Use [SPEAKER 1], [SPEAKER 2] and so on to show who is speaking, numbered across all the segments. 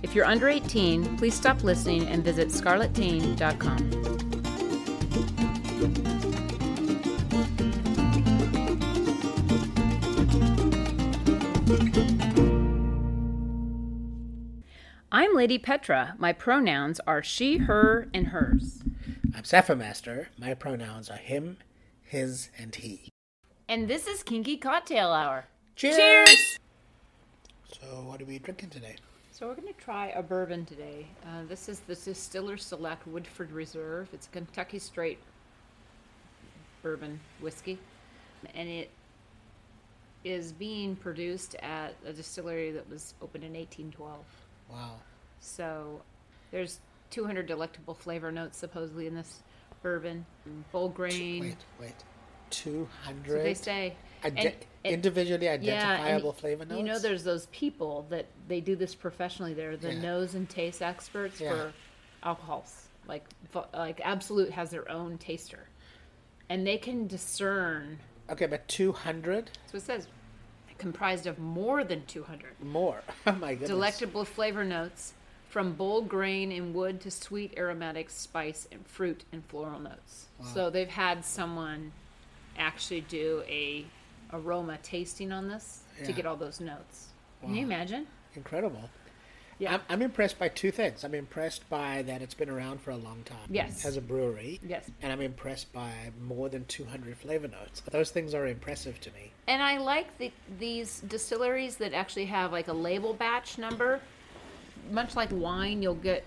[SPEAKER 1] If you're under 18, please stop listening and visit scarletteen.com. I'm Lady Petra. My pronouns are she, her, and hers.
[SPEAKER 2] I'm Sapphire Master. My pronouns are him, his, and he.
[SPEAKER 1] And this is Kinky Cocktail Hour.
[SPEAKER 2] Cheers!
[SPEAKER 1] Cheers!
[SPEAKER 2] So, what are we drinking today?
[SPEAKER 1] So we're going to try a bourbon today. Uh, this is the Distiller Select Woodford Reserve. It's a Kentucky straight bourbon whiskey, and it is being produced at a distillery that was opened in 1812.
[SPEAKER 2] Wow.
[SPEAKER 1] So there's 200 delectable flavor notes supposedly in this bourbon, bowl grain.
[SPEAKER 2] Wait, wait. 200
[SPEAKER 1] So they say.
[SPEAKER 2] ide-
[SPEAKER 1] and it-
[SPEAKER 2] individually
[SPEAKER 1] yeah, and
[SPEAKER 2] identifiable flavor notes?
[SPEAKER 1] You know, there's those people that they do this professionally. They're the
[SPEAKER 2] Yeah.
[SPEAKER 1] nose and taste experts
[SPEAKER 2] Yeah.
[SPEAKER 1] for alcohols. Like, vo- like Absolute has their own taster, and they can discern.
[SPEAKER 2] Okay, but 200
[SPEAKER 1] So it says comprised of more than 200
[SPEAKER 2] more. Oh my goodness.
[SPEAKER 1] delectable flavor notes from bowl grain and wood to sweet aromatic spice and fruit and floral notes. So they've had someone actually do a aroma tasting on this to
[SPEAKER 2] Yeah.
[SPEAKER 1] get all those notes. Can you imagine?
[SPEAKER 2] Incredible.
[SPEAKER 1] Yeah.
[SPEAKER 2] I'm, I'm impressed by two things. I'm impressed by that it's been around for a long time.
[SPEAKER 1] Yes.
[SPEAKER 2] As a brewery.
[SPEAKER 1] Yes.
[SPEAKER 2] And I'm impressed by more than 200 flavor notes. Those things are impressive to me.
[SPEAKER 1] And I like the, these distilleries that actually have like a label batch number. Much like wine, you'll get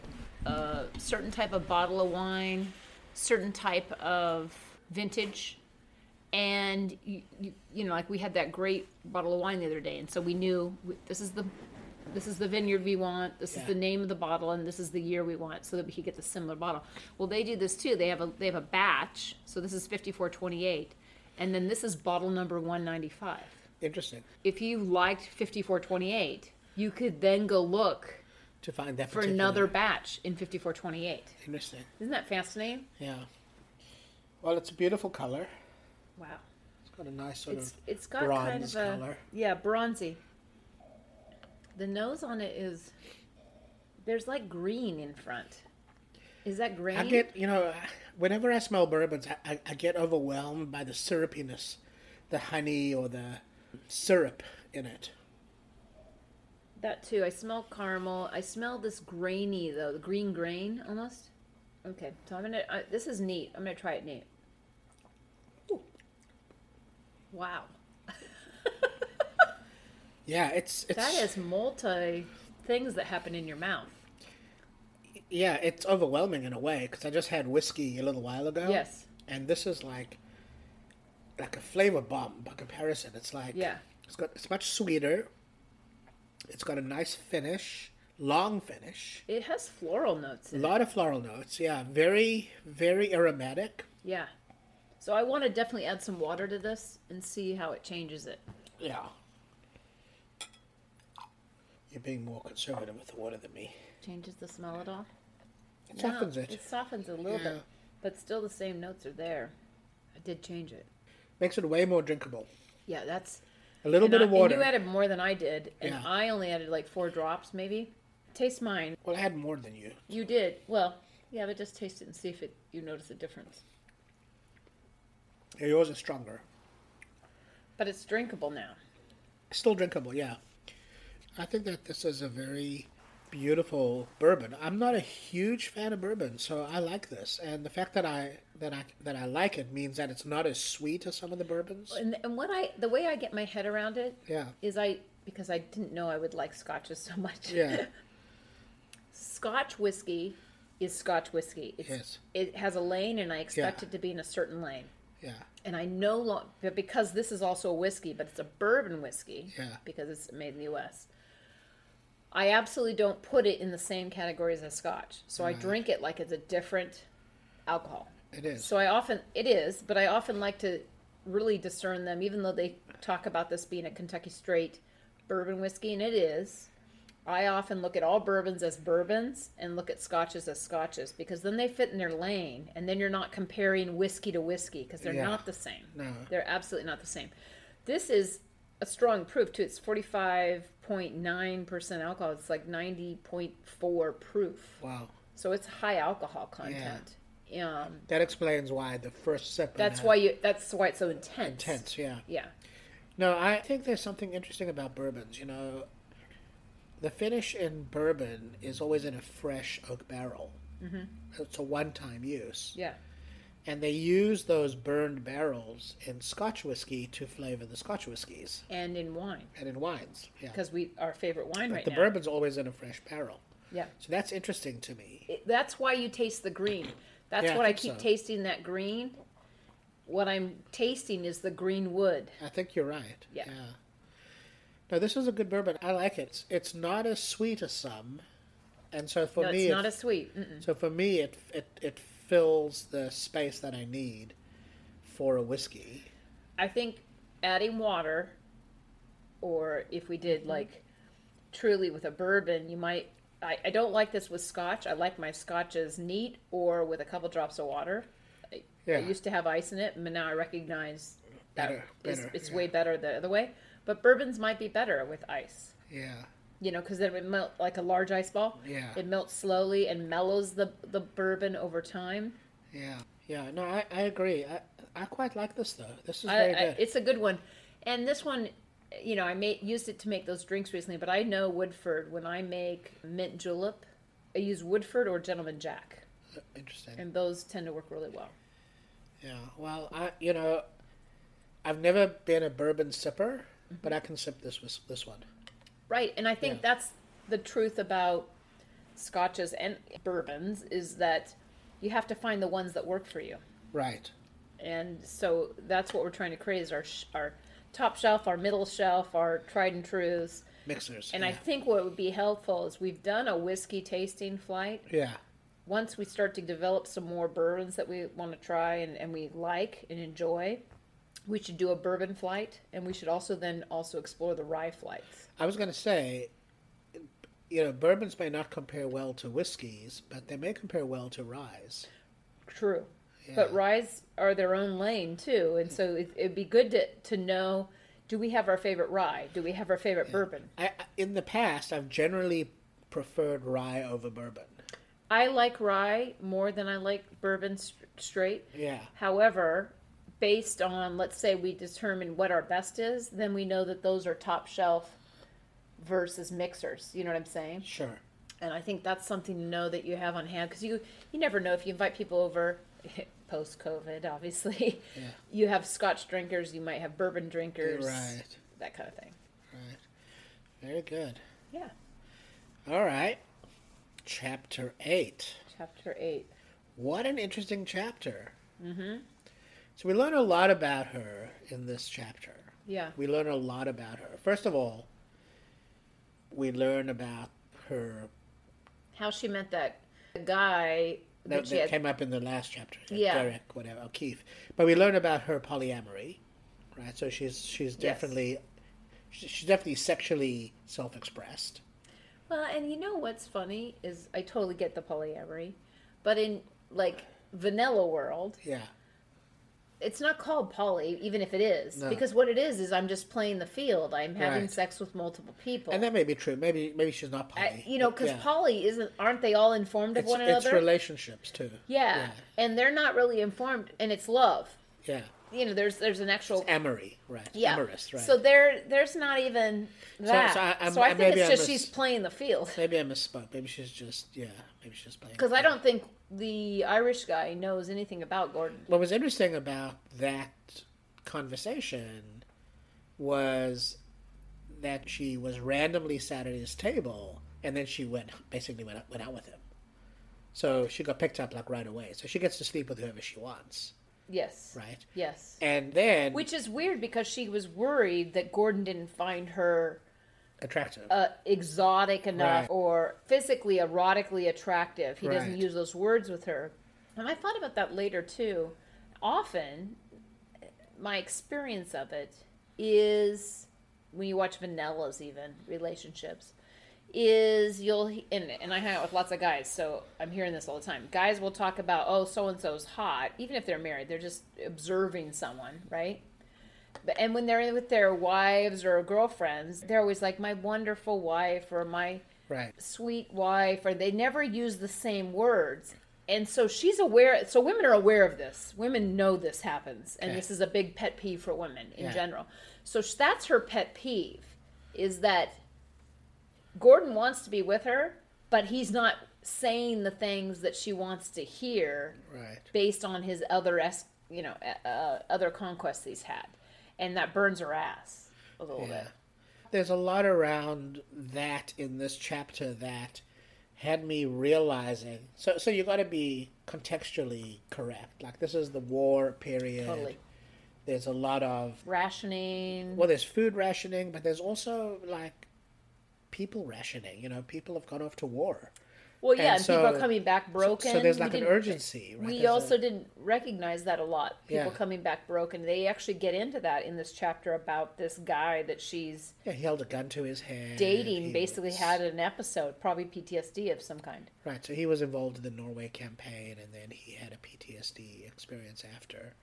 [SPEAKER 1] a certain type of bottle of wine, certain type of vintage. And you, you, you know, like we had that great bottle of wine the other day, and so we knew w- this is the this is the vineyard we want, this is
[SPEAKER 2] Yeah.
[SPEAKER 1] the name of the bottle, and this is the year we want, so that we could get the similar bottle. Well, they do this too. They have a they have a batch, so this is fifty four twenty eight, and then this is bottle number one ninety five.
[SPEAKER 2] Interesting
[SPEAKER 1] If you liked fifty four twenty eight, you could then go look
[SPEAKER 2] to find that
[SPEAKER 1] for
[SPEAKER 2] particular-
[SPEAKER 1] another batch in fifty four twenty eight.
[SPEAKER 2] Interesting.
[SPEAKER 1] Isn't that fascinating?
[SPEAKER 2] Yeah. Well, it's a beautiful color.
[SPEAKER 1] Wow.
[SPEAKER 2] It's got a nice sort
[SPEAKER 1] It's
[SPEAKER 2] of
[SPEAKER 1] it's got kind of
[SPEAKER 2] bronze
[SPEAKER 1] a
[SPEAKER 2] color.
[SPEAKER 1] yeah bronzy. The nose on it is there's like green in front. Is that green?
[SPEAKER 2] I get, you know, whenever I smell bourbons, I, I, I get overwhelmed by the syrupiness, the honey or the syrup in it.
[SPEAKER 1] That too. I smell caramel. I smell this grainy though, the green grain almost. Okay, so I'm gonna. I, this is neat. I'm gonna try it neat. Ooh. Wow,
[SPEAKER 2] Yeah, it's it's
[SPEAKER 1] that is multi things that happen in your mouth.
[SPEAKER 2] yeah, it's overwhelming in a way because I just had whiskey a little while ago.
[SPEAKER 1] Yes.
[SPEAKER 2] and this is like like a flavor bomb by comparison. It's like
[SPEAKER 1] Yeah.
[SPEAKER 2] it's got it's much sweeter. It's got a nice finish, long finish.
[SPEAKER 1] It has floral notes
[SPEAKER 2] A
[SPEAKER 1] in it.
[SPEAKER 2] lot of floral notes. Yeah, very very aromatic.
[SPEAKER 1] Yeah. So I want to definitely add some water to this and see how it changes it.
[SPEAKER 2] Yeah. You're being more conservative with the water than me.
[SPEAKER 1] Changes the smell at all?
[SPEAKER 2] It softens
[SPEAKER 1] no,
[SPEAKER 2] it.
[SPEAKER 1] It softens a little
[SPEAKER 2] Yeah.
[SPEAKER 1] bit, but still the same notes are there. I did change it.
[SPEAKER 2] Makes it way more drinkable.
[SPEAKER 1] Yeah, that's
[SPEAKER 2] A little
[SPEAKER 1] and
[SPEAKER 2] bit
[SPEAKER 1] I-
[SPEAKER 2] of water.
[SPEAKER 1] And you added more than I did, and
[SPEAKER 2] Yeah.
[SPEAKER 1] I only added like four drops, maybe. Taste mine.
[SPEAKER 2] well, I had more than you.
[SPEAKER 1] You did well. Yeah, but just taste it and see if it you notice a difference.
[SPEAKER 2] Yeah, Yours is stronger.
[SPEAKER 1] But it's drinkable now.
[SPEAKER 2] Still drinkable, yeah. I think that this is a very beautiful bourbon. I'm not a huge fan of bourbon, so I like this. And the fact that I that I that I like it means that it's not as sweet as some of the bourbons.
[SPEAKER 1] And, and what I, the way I get my head around it is
[SPEAKER 2] Yeah.
[SPEAKER 1] I, because I didn't know I would like scotches so much.
[SPEAKER 2] Yeah.
[SPEAKER 1] Scotch whiskey is Scotch whiskey. It's,
[SPEAKER 2] Yes.
[SPEAKER 1] It has a lane, and I expect
[SPEAKER 2] Yeah.
[SPEAKER 1] it to be in a certain lane.
[SPEAKER 2] Yeah.
[SPEAKER 1] And I no longer, because this is also a whiskey, but it's a bourbon whiskey
[SPEAKER 2] Yeah.
[SPEAKER 1] because it's made in the U.S. I absolutely don't put it in the same categories as Scotch, so I drink it like it's a different alcohol.
[SPEAKER 2] It is.
[SPEAKER 1] So I often it is, but I often like to really discern them, even though they talk about this being a Kentucky straight bourbon whiskey, and it is. I often look at all bourbons as bourbons and look at scotches as scotches because then they fit in their lane, and then you're not comparing whiskey to whiskey because they're
[SPEAKER 2] Yeah.
[SPEAKER 1] not the same.
[SPEAKER 2] No.
[SPEAKER 1] They're absolutely not the same. This is a strong proof too. It's forty five point nine percent alcohol. It's like ninety point four proof.
[SPEAKER 2] Wow.
[SPEAKER 1] So it's high alcohol content. Um,
[SPEAKER 2] That explains why the first sip. I
[SPEAKER 1] that's
[SPEAKER 2] had-
[SPEAKER 1] why you. That's why it's so intense.
[SPEAKER 2] Intense, yeah.
[SPEAKER 1] Yeah.
[SPEAKER 2] No, I think there's something interesting about bourbons. You know, the finish in bourbon is always in a fresh oak barrel. Mm-hmm. It's a one-time use,
[SPEAKER 1] Yeah.
[SPEAKER 2] and they use those burned barrels in Scotch whiskey to flavor the Scotch whiskies
[SPEAKER 1] And in wine,
[SPEAKER 2] and in wines. Yeah,
[SPEAKER 1] because we our favorite wine
[SPEAKER 2] But
[SPEAKER 1] right
[SPEAKER 2] the
[SPEAKER 1] now.
[SPEAKER 2] bourbon's always in a fresh barrel,
[SPEAKER 1] Yeah.
[SPEAKER 2] so that's interesting to me.
[SPEAKER 1] It- that's why you taste the green. That's
[SPEAKER 2] Yeah, I
[SPEAKER 1] what I,
[SPEAKER 2] think
[SPEAKER 1] keep
[SPEAKER 2] so.
[SPEAKER 1] tasting that green. What I'm tasting is the green wood.
[SPEAKER 2] I think you're right.
[SPEAKER 1] Yeah.
[SPEAKER 2] No, this is a good bourbon. I like it. It's, it's not as sweet as some, and so for
[SPEAKER 1] no,
[SPEAKER 2] me,
[SPEAKER 1] it's
[SPEAKER 2] it
[SPEAKER 1] not as sweet. Mm-mm.
[SPEAKER 2] So for me, it it it fills the space that I need for a whiskey.
[SPEAKER 1] I think adding water, or if we did
[SPEAKER 2] Mm-hmm.
[SPEAKER 1] like truly with a bourbon, you might. I, I don't like this with scotch. I like my scotches neat or with a couple drops of water. I,
[SPEAKER 2] Yeah.
[SPEAKER 1] I used to have ice in it, but now I recognize that
[SPEAKER 2] Better,
[SPEAKER 1] is-
[SPEAKER 2] better,
[SPEAKER 1] it's
[SPEAKER 2] yeah.
[SPEAKER 1] way better the other way. But bourbons might be better with ice,
[SPEAKER 2] Yeah,
[SPEAKER 1] you know, because then it would melt like a large ice ball.
[SPEAKER 2] Yeah.
[SPEAKER 1] It melts slowly and mellows the, the bourbon over time.
[SPEAKER 2] yeah, yeah. No, I, I agree. I I quite like this though. This is
[SPEAKER 1] I,
[SPEAKER 2] very
[SPEAKER 1] I,
[SPEAKER 2] good.
[SPEAKER 1] it's a good one, and this one, you know, I made used it to make those drinks recently. But I know Woodford when I make mint julep, I use Woodford or Gentleman Jack,
[SPEAKER 2] Interesting.
[SPEAKER 1] and those tend to work really well.
[SPEAKER 2] yeah. Well, I you know, I've never been a bourbon sipper, but I can sip this whis- this one.
[SPEAKER 1] Right, and I think
[SPEAKER 2] Yeah.
[SPEAKER 1] that's the truth about scotches and bourbons is that you have to find the ones that work for you,
[SPEAKER 2] Right.
[SPEAKER 1] and so that's what we're trying to create is our sh- our top shelf, our middle shelf, our tried and trues.
[SPEAKER 2] Mixers.
[SPEAKER 1] And
[SPEAKER 2] yeah.
[SPEAKER 1] I think what would be helpful is we've done a whiskey tasting flight
[SPEAKER 2] Yeah.
[SPEAKER 1] once we start to develop some more bourbons that we want to try and, and we like and enjoy, we should do a bourbon flight, and we should also then also explore the rye flights.
[SPEAKER 2] I was gonna say. You know, bourbons may not compare well to whiskeys, but they may compare well to ryes.
[SPEAKER 1] True, but ryes are their own lane too, and so it, it'd be good to to know: do we have our favorite rye? Do we have our favorite bourbon?
[SPEAKER 2] I, I- in the past, I've generally preferred rye over bourbon.
[SPEAKER 1] I like rye more than I like bourbon s- straight.
[SPEAKER 2] Yeah.
[SPEAKER 1] However, based on let's say we determine what our best is, then we know that those are top shelf versus mixers. You know what I'm saying?
[SPEAKER 2] Sure.
[SPEAKER 1] And I think that's something to know that you have on hand because you you never know if you invite people over. Post COVID, obviously,
[SPEAKER 2] Yeah.
[SPEAKER 1] you have Scotch drinkers, you might have bourbon drinkers,
[SPEAKER 2] Right.
[SPEAKER 1] That kind of thing.
[SPEAKER 2] Right. Very good.
[SPEAKER 1] Yeah.
[SPEAKER 2] All right. Chapter 8.
[SPEAKER 1] Chapter eight.
[SPEAKER 2] What an interesting chapter. Mm-hmm. So, we learn a lot about her in this chapter.
[SPEAKER 1] Yeah.
[SPEAKER 2] We learn a lot about her. First of all, we learn about her
[SPEAKER 1] How she met that guy
[SPEAKER 2] that,
[SPEAKER 1] that she
[SPEAKER 2] that
[SPEAKER 1] had
[SPEAKER 2] came up in the last chapter. uh,
[SPEAKER 1] Yeah.
[SPEAKER 2] Derek, whatever, O'Keefe. But we learn about her polyamory, right? So she's she's definitely she- she's definitely sexually self-expressed.
[SPEAKER 1] Well, and you know what's funny is I totally get the polyamory, but in like vanilla world,
[SPEAKER 2] Yeah.
[SPEAKER 1] it's not called poly, even if it is,
[SPEAKER 2] No.
[SPEAKER 1] because what it is is I'm just playing the field. I'm having
[SPEAKER 2] Right.
[SPEAKER 1] sex with multiple people,
[SPEAKER 2] And that may be true. Maybe maybe she's not poly.
[SPEAKER 1] I, you know,
[SPEAKER 2] but
[SPEAKER 1] because
[SPEAKER 2] yeah.
[SPEAKER 1] poly isn't. Aren't they all informed of
[SPEAKER 2] it's,
[SPEAKER 1] one
[SPEAKER 2] it's
[SPEAKER 1] another?
[SPEAKER 2] relationships too.
[SPEAKER 1] yeah. and they're not really informed, and it's love.
[SPEAKER 2] Yeah.
[SPEAKER 1] you know, there's there's an actual
[SPEAKER 2] Emery, right?
[SPEAKER 1] yeah.
[SPEAKER 2] Amorous, right?
[SPEAKER 1] So there there's not even that. So,
[SPEAKER 2] so I-
[SPEAKER 1] I,
[SPEAKER 2] I'm- I-
[SPEAKER 1] think
[SPEAKER 2] maybe
[SPEAKER 1] it's
[SPEAKER 2] I
[SPEAKER 1] just
[SPEAKER 2] mis-
[SPEAKER 1] she's playing the field
[SPEAKER 2] maybe I misspoke. Maybe she's just yeah. Maybe she's playing.
[SPEAKER 1] because I don't think the Irish guy knows anything about Gordon.
[SPEAKER 2] What was interesting about that conversation was that she was randomly sat at his table, and then she went basically went out, went out with him. So she got picked up like right away. So she gets to sleep with whoever she wants,
[SPEAKER 1] Yes.
[SPEAKER 2] right?
[SPEAKER 1] Yes.
[SPEAKER 2] And then
[SPEAKER 1] Which is weird because she was worried that Gordon didn't find her
[SPEAKER 2] attractive.
[SPEAKER 1] uh, exotic enough
[SPEAKER 2] Right.
[SPEAKER 1] or physically erotically attractive. He doesn't
[SPEAKER 2] Right.
[SPEAKER 1] use those words with her. And I thought about that later too. Often, my experience of it is when you watch vanillas, even relationships, is you'll and, and I hang out with lots of guys, so I'm hearing this all the time. Guys will talk about, oh, so and so's hot, even if they're married, they're just observing someone, right? But- and when they're with their wives or girlfriends, they're always like, my wonderful wife or my
[SPEAKER 2] right.
[SPEAKER 1] sweet wife, or they never use the same words. And so she's aware, so women are aware of this. Women know this happens. And
[SPEAKER 2] Yeah.
[SPEAKER 1] this is a big pet peeve for women in
[SPEAKER 2] Yeah.
[SPEAKER 1] general. So sh- that's her pet peeve is that Gordon wants to be with her, but he's not saying the things that she wants to hear
[SPEAKER 2] Right.
[SPEAKER 1] based on his other es- you know uh, uh, other conquests he's had, and that burns her ass a little
[SPEAKER 2] Yeah.
[SPEAKER 1] bit.
[SPEAKER 2] There's a lot around that in this chapter that had me realizing. So, so you got to be contextually correct. Like this is the war period.
[SPEAKER 1] Totally
[SPEAKER 2] There's a lot of
[SPEAKER 1] rationing.
[SPEAKER 2] well, there's food rationing, but there's also like people rationing. You know, people have gone off to war.
[SPEAKER 1] Well, yeah, and,
[SPEAKER 2] and
[SPEAKER 1] people are
[SPEAKER 2] so-
[SPEAKER 1] coming back broken.
[SPEAKER 2] So there's
[SPEAKER 1] We
[SPEAKER 2] like an
[SPEAKER 1] didn't-
[SPEAKER 2] urgency, right?
[SPEAKER 1] We
[SPEAKER 2] There's a-
[SPEAKER 1] also didn't recognize that a lot. People
[SPEAKER 2] Yeah.
[SPEAKER 1] coming back broken. They actually get into that in this chapter about this guy that she's
[SPEAKER 2] yeah, he held a gun to his head.
[SPEAKER 1] dating.
[SPEAKER 2] he
[SPEAKER 1] basically,
[SPEAKER 2] was-
[SPEAKER 1] had an episode, probably PTSD of some kind.
[SPEAKER 2] Right, so he was involved in the Norway campaign and then he had a PTSD experience after.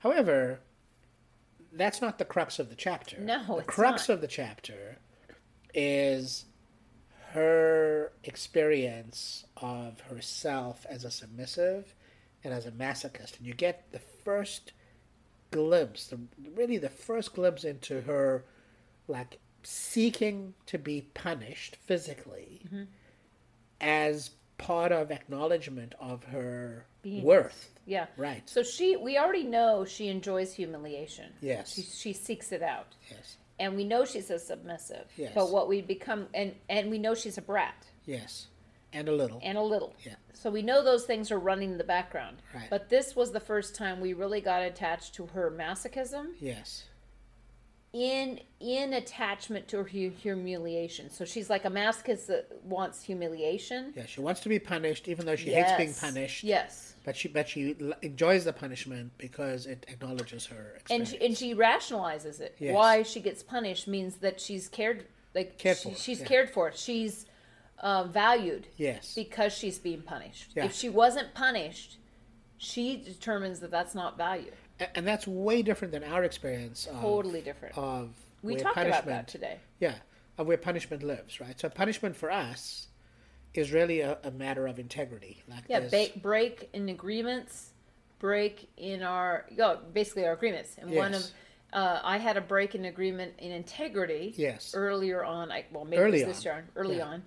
[SPEAKER 2] However, that's not the crux of the chapter.
[SPEAKER 1] No,
[SPEAKER 2] the
[SPEAKER 1] it's
[SPEAKER 2] crux
[SPEAKER 1] not.
[SPEAKER 2] of the chapter is her experience of herself as a submissive and as a masochist. And you get the first glimpse, the, really the first glimpse into her like seeking to be punished physically
[SPEAKER 1] Mm-hmm.
[SPEAKER 2] as part of acknowledgement of her
[SPEAKER 1] Beingness.
[SPEAKER 2] worth.
[SPEAKER 1] Yeah.
[SPEAKER 2] Right.
[SPEAKER 1] So she, we already know she enjoys humiliation.
[SPEAKER 2] Yes.
[SPEAKER 1] She, she seeks it out.
[SPEAKER 2] Yes.
[SPEAKER 1] and we know she's a submissive.
[SPEAKER 2] Yes.
[SPEAKER 1] But what we become and and we know she's a brat
[SPEAKER 2] Yes. And a little.
[SPEAKER 1] and a little.
[SPEAKER 2] Yeah.
[SPEAKER 1] So we know those things are running in the background.
[SPEAKER 2] Right.
[SPEAKER 1] But this was the first time we really got attached to her masochism
[SPEAKER 2] yes.
[SPEAKER 1] in in attachment to her hu- humiliation. So she's like a masochist that wants humiliation.
[SPEAKER 2] Yeah, she wants to be punished even though she hates being
[SPEAKER 1] Yes.
[SPEAKER 2] punished.
[SPEAKER 1] Yes.
[SPEAKER 2] But she but she l- enjoys the punishment because it acknowledges her
[SPEAKER 1] And
[SPEAKER 2] experience.
[SPEAKER 1] she, and she rationalizes it.
[SPEAKER 2] Yes.
[SPEAKER 1] Why she gets punished means that she's cared like
[SPEAKER 2] Cared
[SPEAKER 1] she-
[SPEAKER 2] for,
[SPEAKER 1] she's
[SPEAKER 2] yeah.
[SPEAKER 1] cared for. She's uh, valued.
[SPEAKER 2] yes.
[SPEAKER 1] because she's being punished.
[SPEAKER 2] Yeah.
[SPEAKER 1] If she wasn't punished, she determines that that's not value.
[SPEAKER 2] A- and that's way different than our experience of,
[SPEAKER 1] Totally different.
[SPEAKER 2] of
[SPEAKER 1] we
[SPEAKER 2] where
[SPEAKER 1] talked about that
[SPEAKER 2] punishment-
[SPEAKER 1] today.
[SPEAKER 2] Yeah, of where punishment lives, right? So punishment for us is really a, a matter of integrity. Like
[SPEAKER 1] Yeah,
[SPEAKER 2] there's-
[SPEAKER 1] ba- break in agreements, break in our yeah, basically our agreements. And one of
[SPEAKER 2] Yes.
[SPEAKER 1] uh, I had a break in agreement in integrity.
[SPEAKER 2] Yes.
[SPEAKER 1] Earlier on, I well maybe
[SPEAKER 2] Early
[SPEAKER 1] it was this
[SPEAKER 2] on.
[SPEAKER 1] year, early
[SPEAKER 2] Yeah.
[SPEAKER 1] on,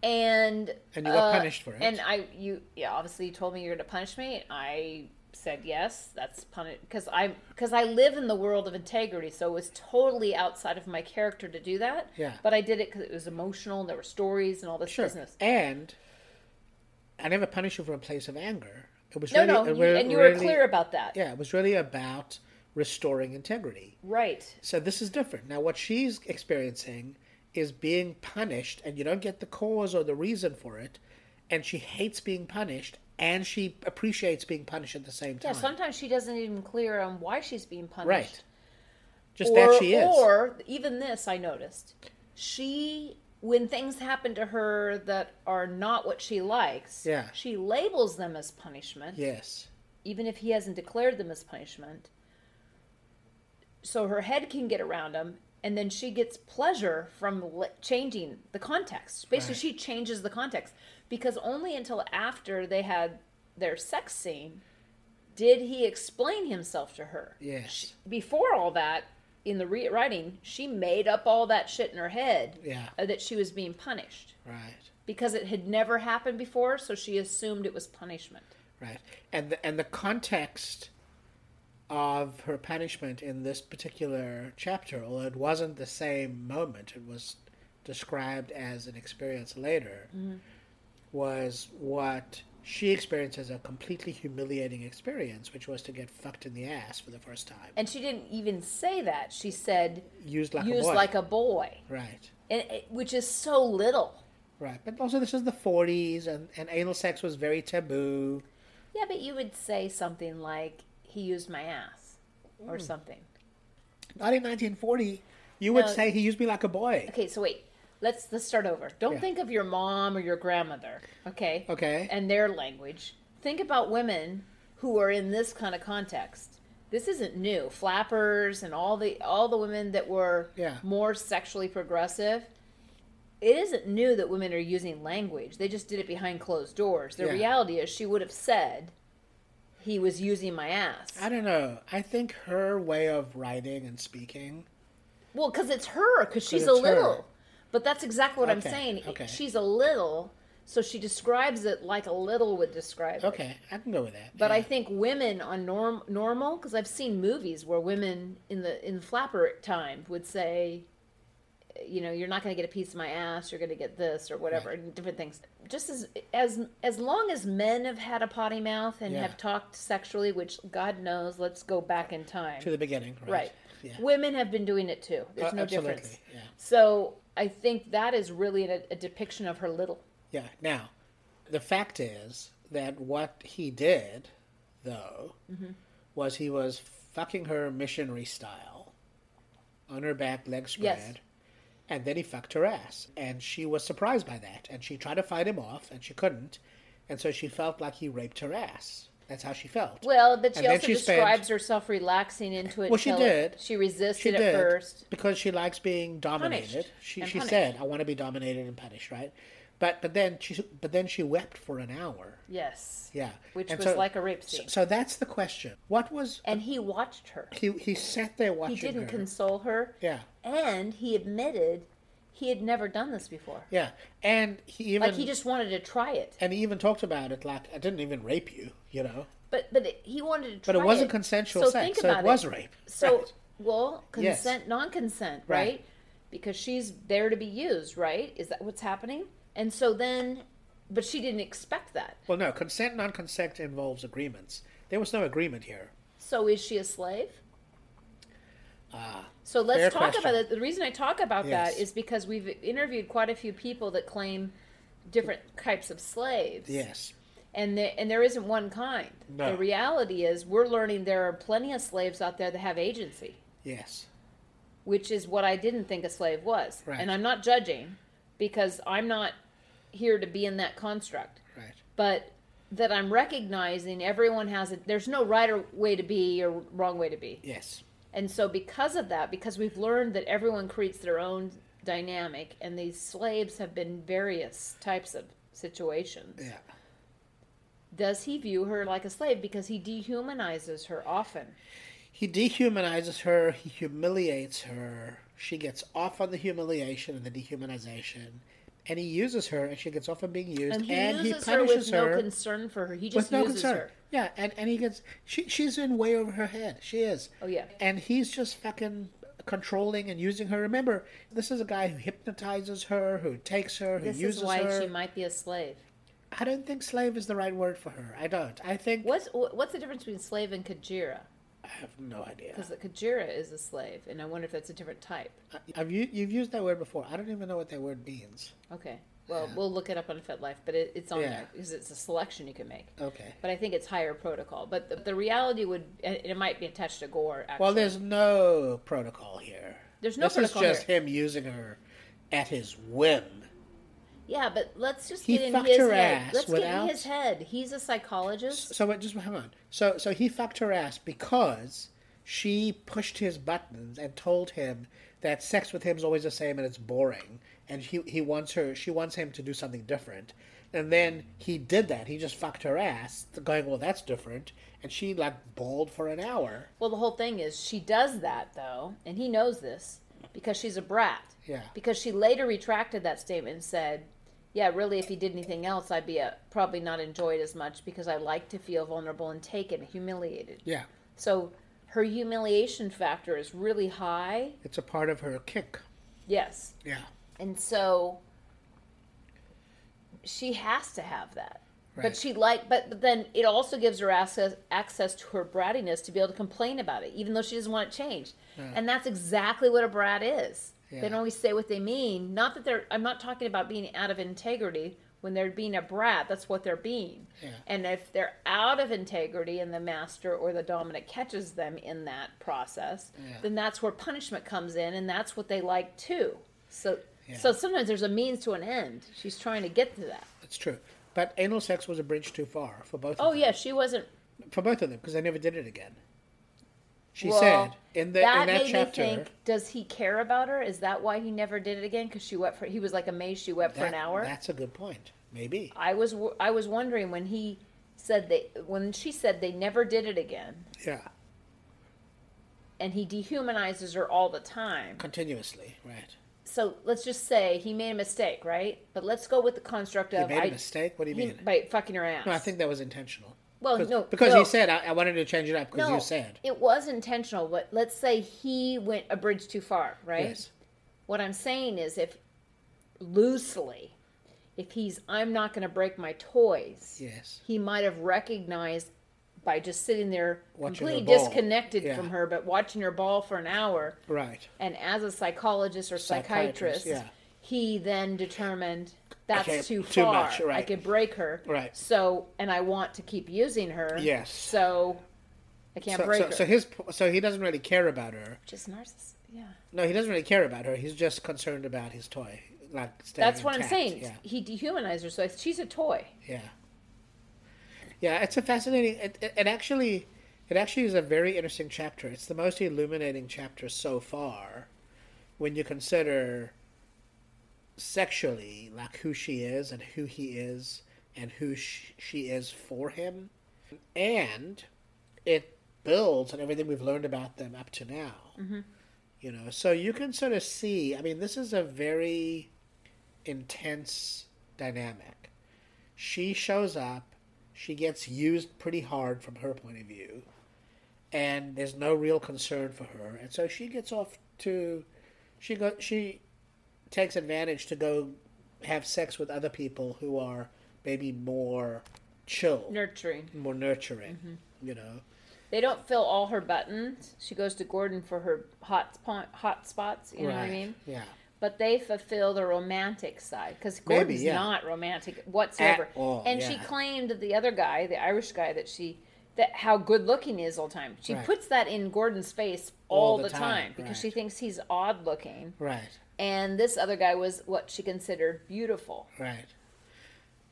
[SPEAKER 1] and
[SPEAKER 2] And you were
[SPEAKER 1] uh,
[SPEAKER 2] punished for it.
[SPEAKER 1] And I you yeah obviously you told me you're going to punish me. I said yes. That's punish because I because I live in the world of integrity, so it was totally outside of my character to do that.
[SPEAKER 2] Yeah.
[SPEAKER 1] But I did it because it was emotional. And there were stories and all this
[SPEAKER 2] Sure.
[SPEAKER 1] business.
[SPEAKER 2] And I never punished you from a place of anger. It was
[SPEAKER 1] No,
[SPEAKER 2] really,
[SPEAKER 1] no,
[SPEAKER 2] it
[SPEAKER 1] you,
[SPEAKER 2] uh, were-
[SPEAKER 1] and you were
[SPEAKER 2] really-
[SPEAKER 1] clear about that.
[SPEAKER 2] Yeah, it was really about restoring integrity.
[SPEAKER 1] Right.
[SPEAKER 2] So this is different. Now, what she's experiencing is being punished, and you don't get the cause or the reason for it. And she hates being punished, and she appreciates being punished at the same
[SPEAKER 1] Yeah,
[SPEAKER 2] time.
[SPEAKER 1] sometimes she doesn't even clear on why she's being punished.
[SPEAKER 2] right. Just
[SPEAKER 1] Or,
[SPEAKER 2] that she is.
[SPEAKER 1] or even this I noticed. She when things happen to her that are not what she likes,
[SPEAKER 2] Yeah.
[SPEAKER 1] she labels them as punishment,
[SPEAKER 2] yes.
[SPEAKER 1] even if he hasn't declared them as punishment. So her head can get around them and then she gets pleasure from le- changing the context. Basically,
[SPEAKER 2] Right.
[SPEAKER 1] she changes the context because only until after they had their sex scene Did he explain himself to her?
[SPEAKER 2] Yes.
[SPEAKER 1] Before all that, in the rewriting, she made up all that shit in her head
[SPEAKER 2] Yeah.
[SPEAKER 1] uh, that she was being punished
[SPEAKER 2] Right.
[SPEAKER 1] because it had never happened before, so she assumed it was punishment.
[SPEAKER 2] Right. And the, and the context of her punishment in this particular chapter, although it wasn't the same moment, it was described as an experience later,
[SPEAKER 1] Mm-hmm.
[SPEAKER 2] was what she experienced as a completely humiliating experience, which was to get fucked in the ass for the first time.
[SPEAKER 1] And she didn't even say that. She said,
[SPEAKER 2] used like
[SPEAKER 1] "Used
[SPEAKER 2] a boy.
[SPEAKER 1] like a boy,"
[SPEAKER 2] Right.
[SPEAKER 1] and it, which is so little.
[SPEAKER 2] Right. But also this is the 40s and, and anal sex was very taboo.
[SPEAKER 1] Yeah, but you would say something like, "He used my ass,"
[SPEAKER 2] Hmm.
[SPEAKER 1] or something.
[SPEAKER 2] Not in 1940. You would
[SPEAKER 1] No.
[SPEAKER 2] say he used me like a boy.
[SPEAKER 1] Okay, so wait. Let's let's start over. Don't
[SPEAKER 2] Yeah.
[SPEAKER 1] think of your mom or your grandmother, okay?
[SPEAKER 2] Okay.
[SPEAKER 1] And their language. Think about women who are in this kind of context. This isn't new. Flappers and all the all the women that were
[SPEAKER 2] Yeah.
[SPEAKER 1] more sexually progressive. It isn't new that women are using language. They just did it behind closed doors. The
[SPEAKER 2] Yeah.
[SPEAKER 1] reality is she would have said he was using my ass.
[SPEAKER 2] I don't know. I think her way of writing and speaking.
[SPEAKER 1] Well, because it's her, because she's a
[SPEAKER 2] it's her.
[SPEAKER 1] little. But that's exactly what I'm
[SPEAKER 2] Okay,
[SPEAKER 1] saying.
[SPEAKER 2] okay.
[SPEAKER 1] She's a little, so she describes it like a little would describe it.
[SPEAKER 2] Okay, I can go with that.
[SPEAKER 1] But
[SPEAKER 2] yeah.
[SPEAKER 1] I think women on norm normal, because I've seen movies where women in the in flapper time would say, you know, you're not going to get a piece of my ass, you're going to get this or whatever, and different things. Just as as as long as men have had a potty mouth and
[SPEAKER 2] Yeah.
[SPEAKER 1] have talked sexually, which God knows, let's go back in time.
[SPEAKER 2] to the beginning, right?
[SPEAKER 1] Right.
[SPEAKER 2] Yeah.
[SPEAKER 1] Women have been doing it too. There's
[SPEAKER 2] Uh,
[SPEAKER 1] no
[SPEAKER 2] absolutely,
[SPEAKER 1] difference.
[SPEAKER 2] yeah.
[SPEAKER 1] So I think that is really a, a depiction of her little.
[SPEAKER 2] Yeah. Now, the fact is that what he did, though,
[SPEAKER 1] Mm-hmm.
[SPEAKER 2] was he was fucking her missionary style, on her back, legs
[SPEAKER 1] Yes.
[SPEAKER 2] spread, and then he fucked her ass, and she was surprised by that, and she tried to fight him off, and she couldn't, and so she felt like he raped her ass. That's how she felt.
[SPEAKER 1] Well, but
[SPEAKER 2] And
[SPEAKER 1] she
[SPEAKER 2] then
[SPEAKER 1] also
[SPEAKER 2] she spent-
[SPEAKER 1] describes herself relaxing into it.
[SPEAKER 2] Well, she
[SPEAKER 1] till it-
[SPEAKER 2] did.
[SPEAKER 1] She resisted
[SPEAKER 2] She
[SPEAKER 1] at
[SPEAKER 2] did
[SPEAKER 1] first.
[SPEAKER 2] because she likes being dominated.
[SPEAKER 1] Punished
[SPEAKER 2] She
[SPEAKER 1] and
[SPEAKER 2] she
[SPEAKER 1] punished.
[SPEAKER 2] said, "I want to be dominated and punished," right? But but then she but then she wept for an hour.
[SPEAKER 1] Yes.
[SPEAKER 2] Yeah,
[SPEAKER 1] Which
[SPEAKER 2] And
[SPEAKER 1] was like a rape
[SPEAKER 2] So,
[SPEAKER 1] scene.
[SPEAKER 2] so that's the question. What was
[SPEAKER 1] and he watched her.
[SPEAKER 2] he? He sat there
[SPEAKER 1] He
[SPEAKER 2] watching.
[SPEAKER 1] didn't
[SPEAKER 2] her.
[SPEAKER 1] console her.
[SPEAKER 2] Yeah,
[SPEAKER 1] And he admitted he had never done this before.
[SPEAKER 2] yeah, and he even
[SPEAKER 1] Like he just wanted to try it.
[SPEAKER 2] and he even talked about it like I didn't even rape you, you know.
[SPEAKER 1] But but it, he wanted to try
[SPEAKER 2] But it wasn't consensual
[SPEAKER 1] So
[SPEAKER 2] sex,
[SPEAKER 1] think
[SPEAKER 2] so
[SPEAKER 1] about
[SPEAKER 2] it was rape.
[SPEAKER 1] So
[SPEAKER 2] Right.
[SPEAKER 1] well,
[SPEAKER 2] Yes.
[SPEAKER 1] consent, non-consent, right.
[SPEAKER 2] Right.
[SPEAKER 1] Because she's there to be used, right? Is that what's happening? And so then, but she didn't expect that.
[SPEAKER 2] Well, no, consent non-consent involves agreements. There was no agreement here.
[SPEAKER 1] So is she a slave?
[SPEAKER 2] Ah,
[SPEAKER 1] So let's
[SPEAKER 2] Fair
[SPEAKER 1] talk
[SPEAKER 2] question.
[SPEAKER 1] about it. The reason I talk about
[SPEAKER 2] Yes.
[SPEAKER 1] that is because we've interviewed quite a few people that claim different types of slaves.
[SPEAKER 2] yes,
[SPEAKER 1] and there, and there isn't one kind.
[SPEAKER 2] No.
[SPEAKER 1] The reality is, we're learning there are plenty of slaves out there that have agency.
[SPEAKER 2] yes,
[SPEAKER 1] which is what I didn't think a slave was.
[SPEAKER 2] Right.
[SPEAKER 1] And I'm not judging because I'm not here to be in that construct,
[SPEAKER 2] right,
[SPEAKER 1] but that I'm recognizing everyone has it. There's no right or way to be or wrong way to be.
[SPEAKER 2] yes,
[SPEAKER 1] And so, because of that, because we've learned that everyone creates their own dynamic, and these slaves have been various types of situations.
[SPEAKER 2] yeah.
[SPEAKER 1] Does he view her like a slave? Because he dehumanizes her often.
[SPEAKER 2] He dehumanizes her, he humiliates her, she gets off on the humiliation and the dehumanization, and he uses her and she gets off on being used
[SPEAKER 1] And
[SPEAKER 2] and
[SPEAKER 1] he
[SPEAKER 2] he,
[SPEAKER 1] uses her with
[SPEAKER 2] punishes her,
[SPEAKER 1] no concern for her. He just
[SPEAKER 2] with no
[SPEAKER 1] uses
[SPEAKER 2] concern.
[SPEAKER 1] her.
[SPEAKER 2] Yeah, and, and he gets she she's in way over her head. She is.
[SPEAKER 1] Oh, yeah.
[SPEAKER 2] And he's just fucking controlling and using her. Remember, this is a guy who hypnotizes her, who takes her, who
[SPEAKER 1] This
[SPEAKER 2] uses
[SPEAKER 1] is why
[SPEAKER 2] her.
[SPEAKER 1] she might be a slave.
[SPEAKER 2] I don't think slave is the right word for her. I don't. I think
[SPEAKER 1] What's wh- what's the difference between slave and kajira?
[SPEAKER 2] I have no idea.
[SPEAKER 1] Because the kajira is a slave, and I wonder if that's a different type.
[SPEAKER 2] I- I've u- you've used that word before. I don't even know what that word means.
[SPEAKER 1] Okay, well we'll look it up on FetLife, but it, it's on
[SPEAKER 2] Yeah.
[SPEAKER 1] there because it's a selection you can make.
[SPEAKER 2] Okay.
[SPEAKER 1] But I think it's higher protocol. But the, the reality would, and it might be attached to gore. Actually,
[SPEAKER 2] Well, there's no protocol here.
[SPEAKER 1] There's no
[SPEAKER 2] this
[SPEAKER 1] protocol
[SPEAKER 2] is just
[SPEAKER 1] here.
[SPEAKER 2] him using her at his whim.
[SPEAKER 1] yeah, but let's just
[SPEAKER 2] He
[SPEAKER 1] get in
[SPEAKER 2] fucked
[SPEAKER 1] his
[SPEAKER 2] her
[SPEAKER 1] head.
[SPEAKER 2] ass
[SPEAKER 1] let's get in
[SPEAKER 2] without-
[SPEAKER 1] his head. He's a psychologist.
[SPEAKER 2] So wait, just hang on. So so he fucked her ass because she pushed his buttons and told him that sex with him is always the same and it's boring, and he he wants her. She wants him to do something different. And then he did that. He just fucked her ass, going, well, that's different. And she, like, bawled for an hour.
[SPEAKER 1] Well, the whole thing is she does that though, and he knows this because she's a brat.
[SPEAKER 2] Yeah.
[SPEAKER 1] Because she later retracted that statement and said, "Yeah, really, if he did anything else, I'd be uh probably not enjoyed as much because I like to feel vulnerable and taken, humiliated."
[SPEAKER 2] Yeah.
[SPEAKER 1] So her humiliation factor is really high.
[SPEAKER 2] It's a part of her kick.
[SPEAKER 1] Yes.
[SPEAKER 2] Yeah.
[SPEAKER 1] And so she has to have that.
[SPEAKER 2] Right.
[SPEAKER 1] But she like but, but then it also gives her access access to her brattiness to be able to complain about it, even though she doesn't want it changed. And that's exactly what a brat is. They
[SPEAKER 2] Yeah.
[SPEAKER 1] don't always say what they mean. Not that they're I'm not talking about being out of integrity. When they're being a brat, that's what they're being.
[SPEAKER 2] Yeah.
[SPEAKER 1] And if they're out of integrity and the master or the dominant catches them in that process,
[SPEAKER 2] Yeah.
[SPEAKER 1] then that's where punishment comes in and that's what they like too. So
[SPEAKER 2] Yeah.
[SPEAKER 1] so sometimes there's a means to an end. She's trying to get to that.
[SPEAKER 2] It's true. But anal sex was a bridge too far for both.
[SPEAKER 1] Oh
[SPEAKER 2] of
[SPEAKER 1] yeah, she wasn't
[SPEAKER 2] them, for both of them because they never did it again. She
[SPEAKER 1] well,
[SPEAKER 2] said in the
[SPEAKER 1] that
[SPEAKER 2] in that
[SPEAKER 1] made
[SPEAKER 2] chapter.
[SPEAKER 1] me think, does he care about her? Is that why he never did it again? Because she wept for he was like amazed she wept for an
[SPEAKER 2] that-
[SPEAKER 1] hour.
[SPEAKER 2] That's a good point. Maybe.
[SPEAKER 1] I was wo- I was wondering when he said they when she said they never did it again,
[SPEAKER 2] Yeah.
[SPEAKER 1] and he dehumanizes her all the time.
[SPEAKER 2] Continuously. Right.
[SPEAKER 1] So let's just say he made a mistake, right? But let's go with the construct
[SPEAKER 2] He
[SPEAKER 1] of
[SPEAKER 2] made a
[SPEAKER 1] I-
[SPEAKER 2] mistake. What do you
[SPEAKER 1] he-
[SPEAKER 2] mean?
[SPEAKER 1] by fucking her ass.
[SPEAKER 2] No, I think that was intentional.
[SPEAKER 1] Well,
[SPEAKER 2] 'Cause-
[SPEAKER 1] no,
[SPEAKER 2] because
[SPEAKER 1] no.
[SPEAKER 2] he said I, I wanted to change it up because
[SPEAKER 1] no,
[SPEAKER 2] you said
[SPEAKER 1] it was intentional. But let's say he went a bridge too far, right?
[SPEAKER 2] yes.
[SPEAKER 1] What I'm saying is, if loosely, if he's, I'm not going to break my toys,
[SPEAKER 2] Yes.
[SPEAKER 1] he might have recognized by just sitting there
[SPEAKER 2] Watching her
[SPEAKER 1] completely
[SPEAKER 2] ball.
[SPEAKER 1] disconnected
[SPEAKER 2] Yeah.
[SPEAKER 1] from her, but watching her ball for an hour.
[SPEAKER 2] Right.
[SPEAKER 1] And as a psychologist or
[SPEAKER 2] Psychiatrist,
[SPEAKER 1] psychiatrist,
[SPEAKER 2] yeah.
[SPEAKER 1] he then determined that's
[SPEAKER 2] Okay,
[SPEAKER 1] too
[SPEAKER 2] too
[SPEAKER 1] far.
[SPEAKER 2] much, right.
[SPEAKER 1] I could break her.
[SPEAKER 2] Right.
[SPEAKER 1] So, and I want to keep using her.
[SPEAKER 2] Yes.
[SPEAKER 1] So, I can't
[SPEAKER 2] So,
[SPEAKER 1] break
[SPEAKER 2] so,
[SPEAKER 1] her.
[SPEAKER 2] so his po- so he doesn't really care about her.
[SPEAKER 1] Which is narcissistic. Yeah.
[SPEAKER 2] No, he doesn't really care about her. He's just concerned about his toy, like staying
[SPEAKER 1] That's what I'm
[SPEAKER 2] intact.
[SPEAKER 1] saying.
[SPEAKER 2] Yeah.
[SPEAKER 1] He dehumanized her. So I- she's a toy.
[SPEAKER 2] Yeah. Yeah, it's a fascinating. It, it, it actually, it actually is a very interesting chapter. It's the most illuminating chapter so far, when you consider sexually, like who she is and who he is and who sh- she is for him, and it builds on everything we've learned about them up to now. You know, so you can sort of see. I mean, this is a very intense dynamic she shows up, she gets used pretty hard from her point of view, and there's no real concern for her, and so she gets off to, she go she, takes advantage to go have sex with other people who are maybe more chill,
[SPEAKER 1] Nurturing.
[SPEAKER 2] more nurturing,
[SPEAKER 1] Mm-hmm.
[SPEAKER 2] you know.
[SPEAKER 1] They don't fill all her buttons. She goes to Gordon for her hot, spot, hot spots. You know what I mean?
[SPEAKER 2] Yeah.
[SPEAKER 1] But they fulfill the romantic side because Gordon's
[SPEAKER 2] yeah.
[SPEAKER 1] not romantic whatsoever.
[SPEAKER 2] At all,
[SPEAKER 1] and she
[SPEAKER 2] yeah.
[SPEAKER 1] claimed that the other guy, the Irish guy, that she that how good looking he is all the time. She
[SPEAKER 2] Right.
[SPEAKER 1] puts that in Gordon's face all, the, time, because she
[SPEAKER 2] right.
[SPEAKER 1] thinks he's odd looking.
[SPEAKER 2] Right.
[SPEAKER 1] And this other guy was what she considered beautiful.
[SPEAKER 2] Right.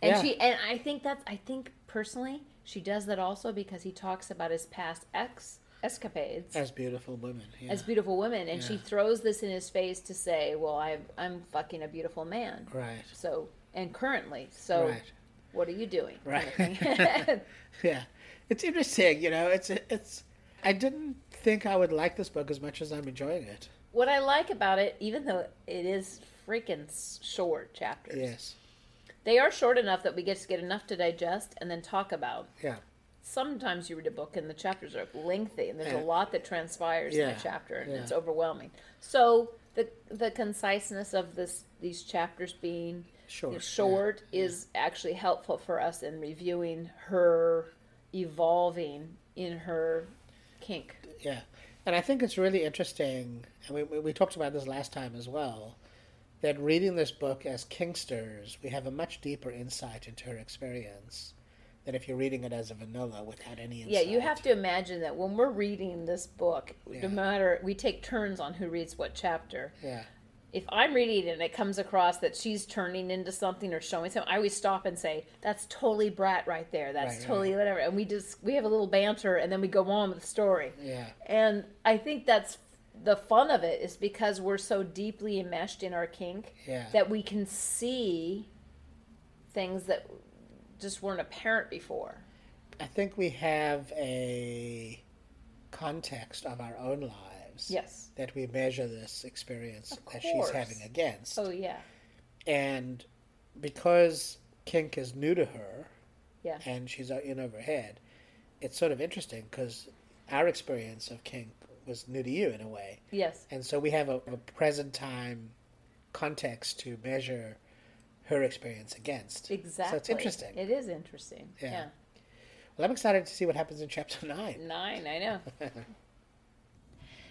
[SPEAKER 1] And
[SPEAKER 2] Yeah.
[SPEAKER 1] she and I think that's I think personally she does that also because he talks about his past ex escapades
[SPEAKER 2] As beautiful women. Oh, Yeah.
[SPEAKER 1] as beautiful women, and she
[SPEAKER 2] Yeah.
[SPEAKER 1] throws this in his face to say, "Well, I, I'm fucking a beautiful man."
[SPEAKER 2] right.
[SPEAKER 1] So and currently, so
[SPEAKER 2] Right.
[SPEAKER 1] what are you doing?
[SPEAKER 2] Right.
[SPEAKER 1] Kind of thing.
[SPEAKER 2] Yeah, it's interesting. You know, it's it's. I didn't think I would like this book as much as I'm enjoying it.
[SPEAKER 1] what I like about it, even though it is freaking s- short chapters,
[SPEAKER 2] Yes.
[SPEAKER 1] they are short enough that we get to get enough to digest and then talk about.
[SPEAKER 2] Yeah.
[SPEAKER 1] sometimes you read a book and the chapters are lengthy and there's
[SPEAKER 2] Yeah.
[SPEAKER 1] a lot that transpires in
[SPEAKER 2] Yeah,
[SPEAKER 1] a chapter and
[SPEAKER 2] yeah.
[SPEAKER 1] it's overwhelming. So the the conciseness of this these chapters being
[SPEAKER 2] Short, yeah,
[SPEAKER 1] short is actually helpful for us in reviewing her evolving in her kink.
[SPEAKER 2] Yeah, and I think it's really interesting, and we, we we talked about this last time as well, that reading this book as Kingsters, we have a much deeper insight into her experience than if you're reading it as a vanilla without any insight.
[SPEAKER 1] Yeah, you have to imagine that when we're reading this book,
[SPEAKER 2] Yeah.
[SPEAKER 1] no matter we take turns on who reads what chapter.
[SPEAKER 2] Yeah,
[SPEAKER 1] if I'm reading it and it comes across that she's turning into something or showing something, I always stop and say, "That's totally brat right there. That's
[SPEAKER 2] Right, right.
[SPEAKER 1] totally whatever." And we just we have a little banter and then we go on with the story.
[SPEAKER 2] yeah,
[SPEAKER 1] And I think that's the fun of it is because we're so deeply enmeshed in our kink
[SPEAKER 2] Yeah.
[SPEAKER 1] that we can see things that just weren't apparent before.
[SPEAKER 2] I think we have a context of our own lives
[SPEAKER 1] Yes.
[SPEAKER 2] that we measure this experience that she's
[SPEAKER 1] course.
[SPEAKER 2] having against.
[SPEAKER 1] Oh yeah.
[SPEAKER 2] And because kink is new to her
[SPEAKER 1] Yeah.
[SPEAKER 2] and she's uh, in over her head, it's sort of interesting because our experience of kink was new to you in a way.
[SPEAKER 1] Yes.
[SPEAKER 2] And so we have a, a present time context to measure her experience against.
[SPEAKER 1] Exactly.
[SPEAKER 2] So it's interesting.
[SPEAKER 1] It is interesting.
[SPEAKER 2] Yeah. Well, I'm excited to see what happens in chapter nine.
[SPEAKER 1] yeah. Nine, I know.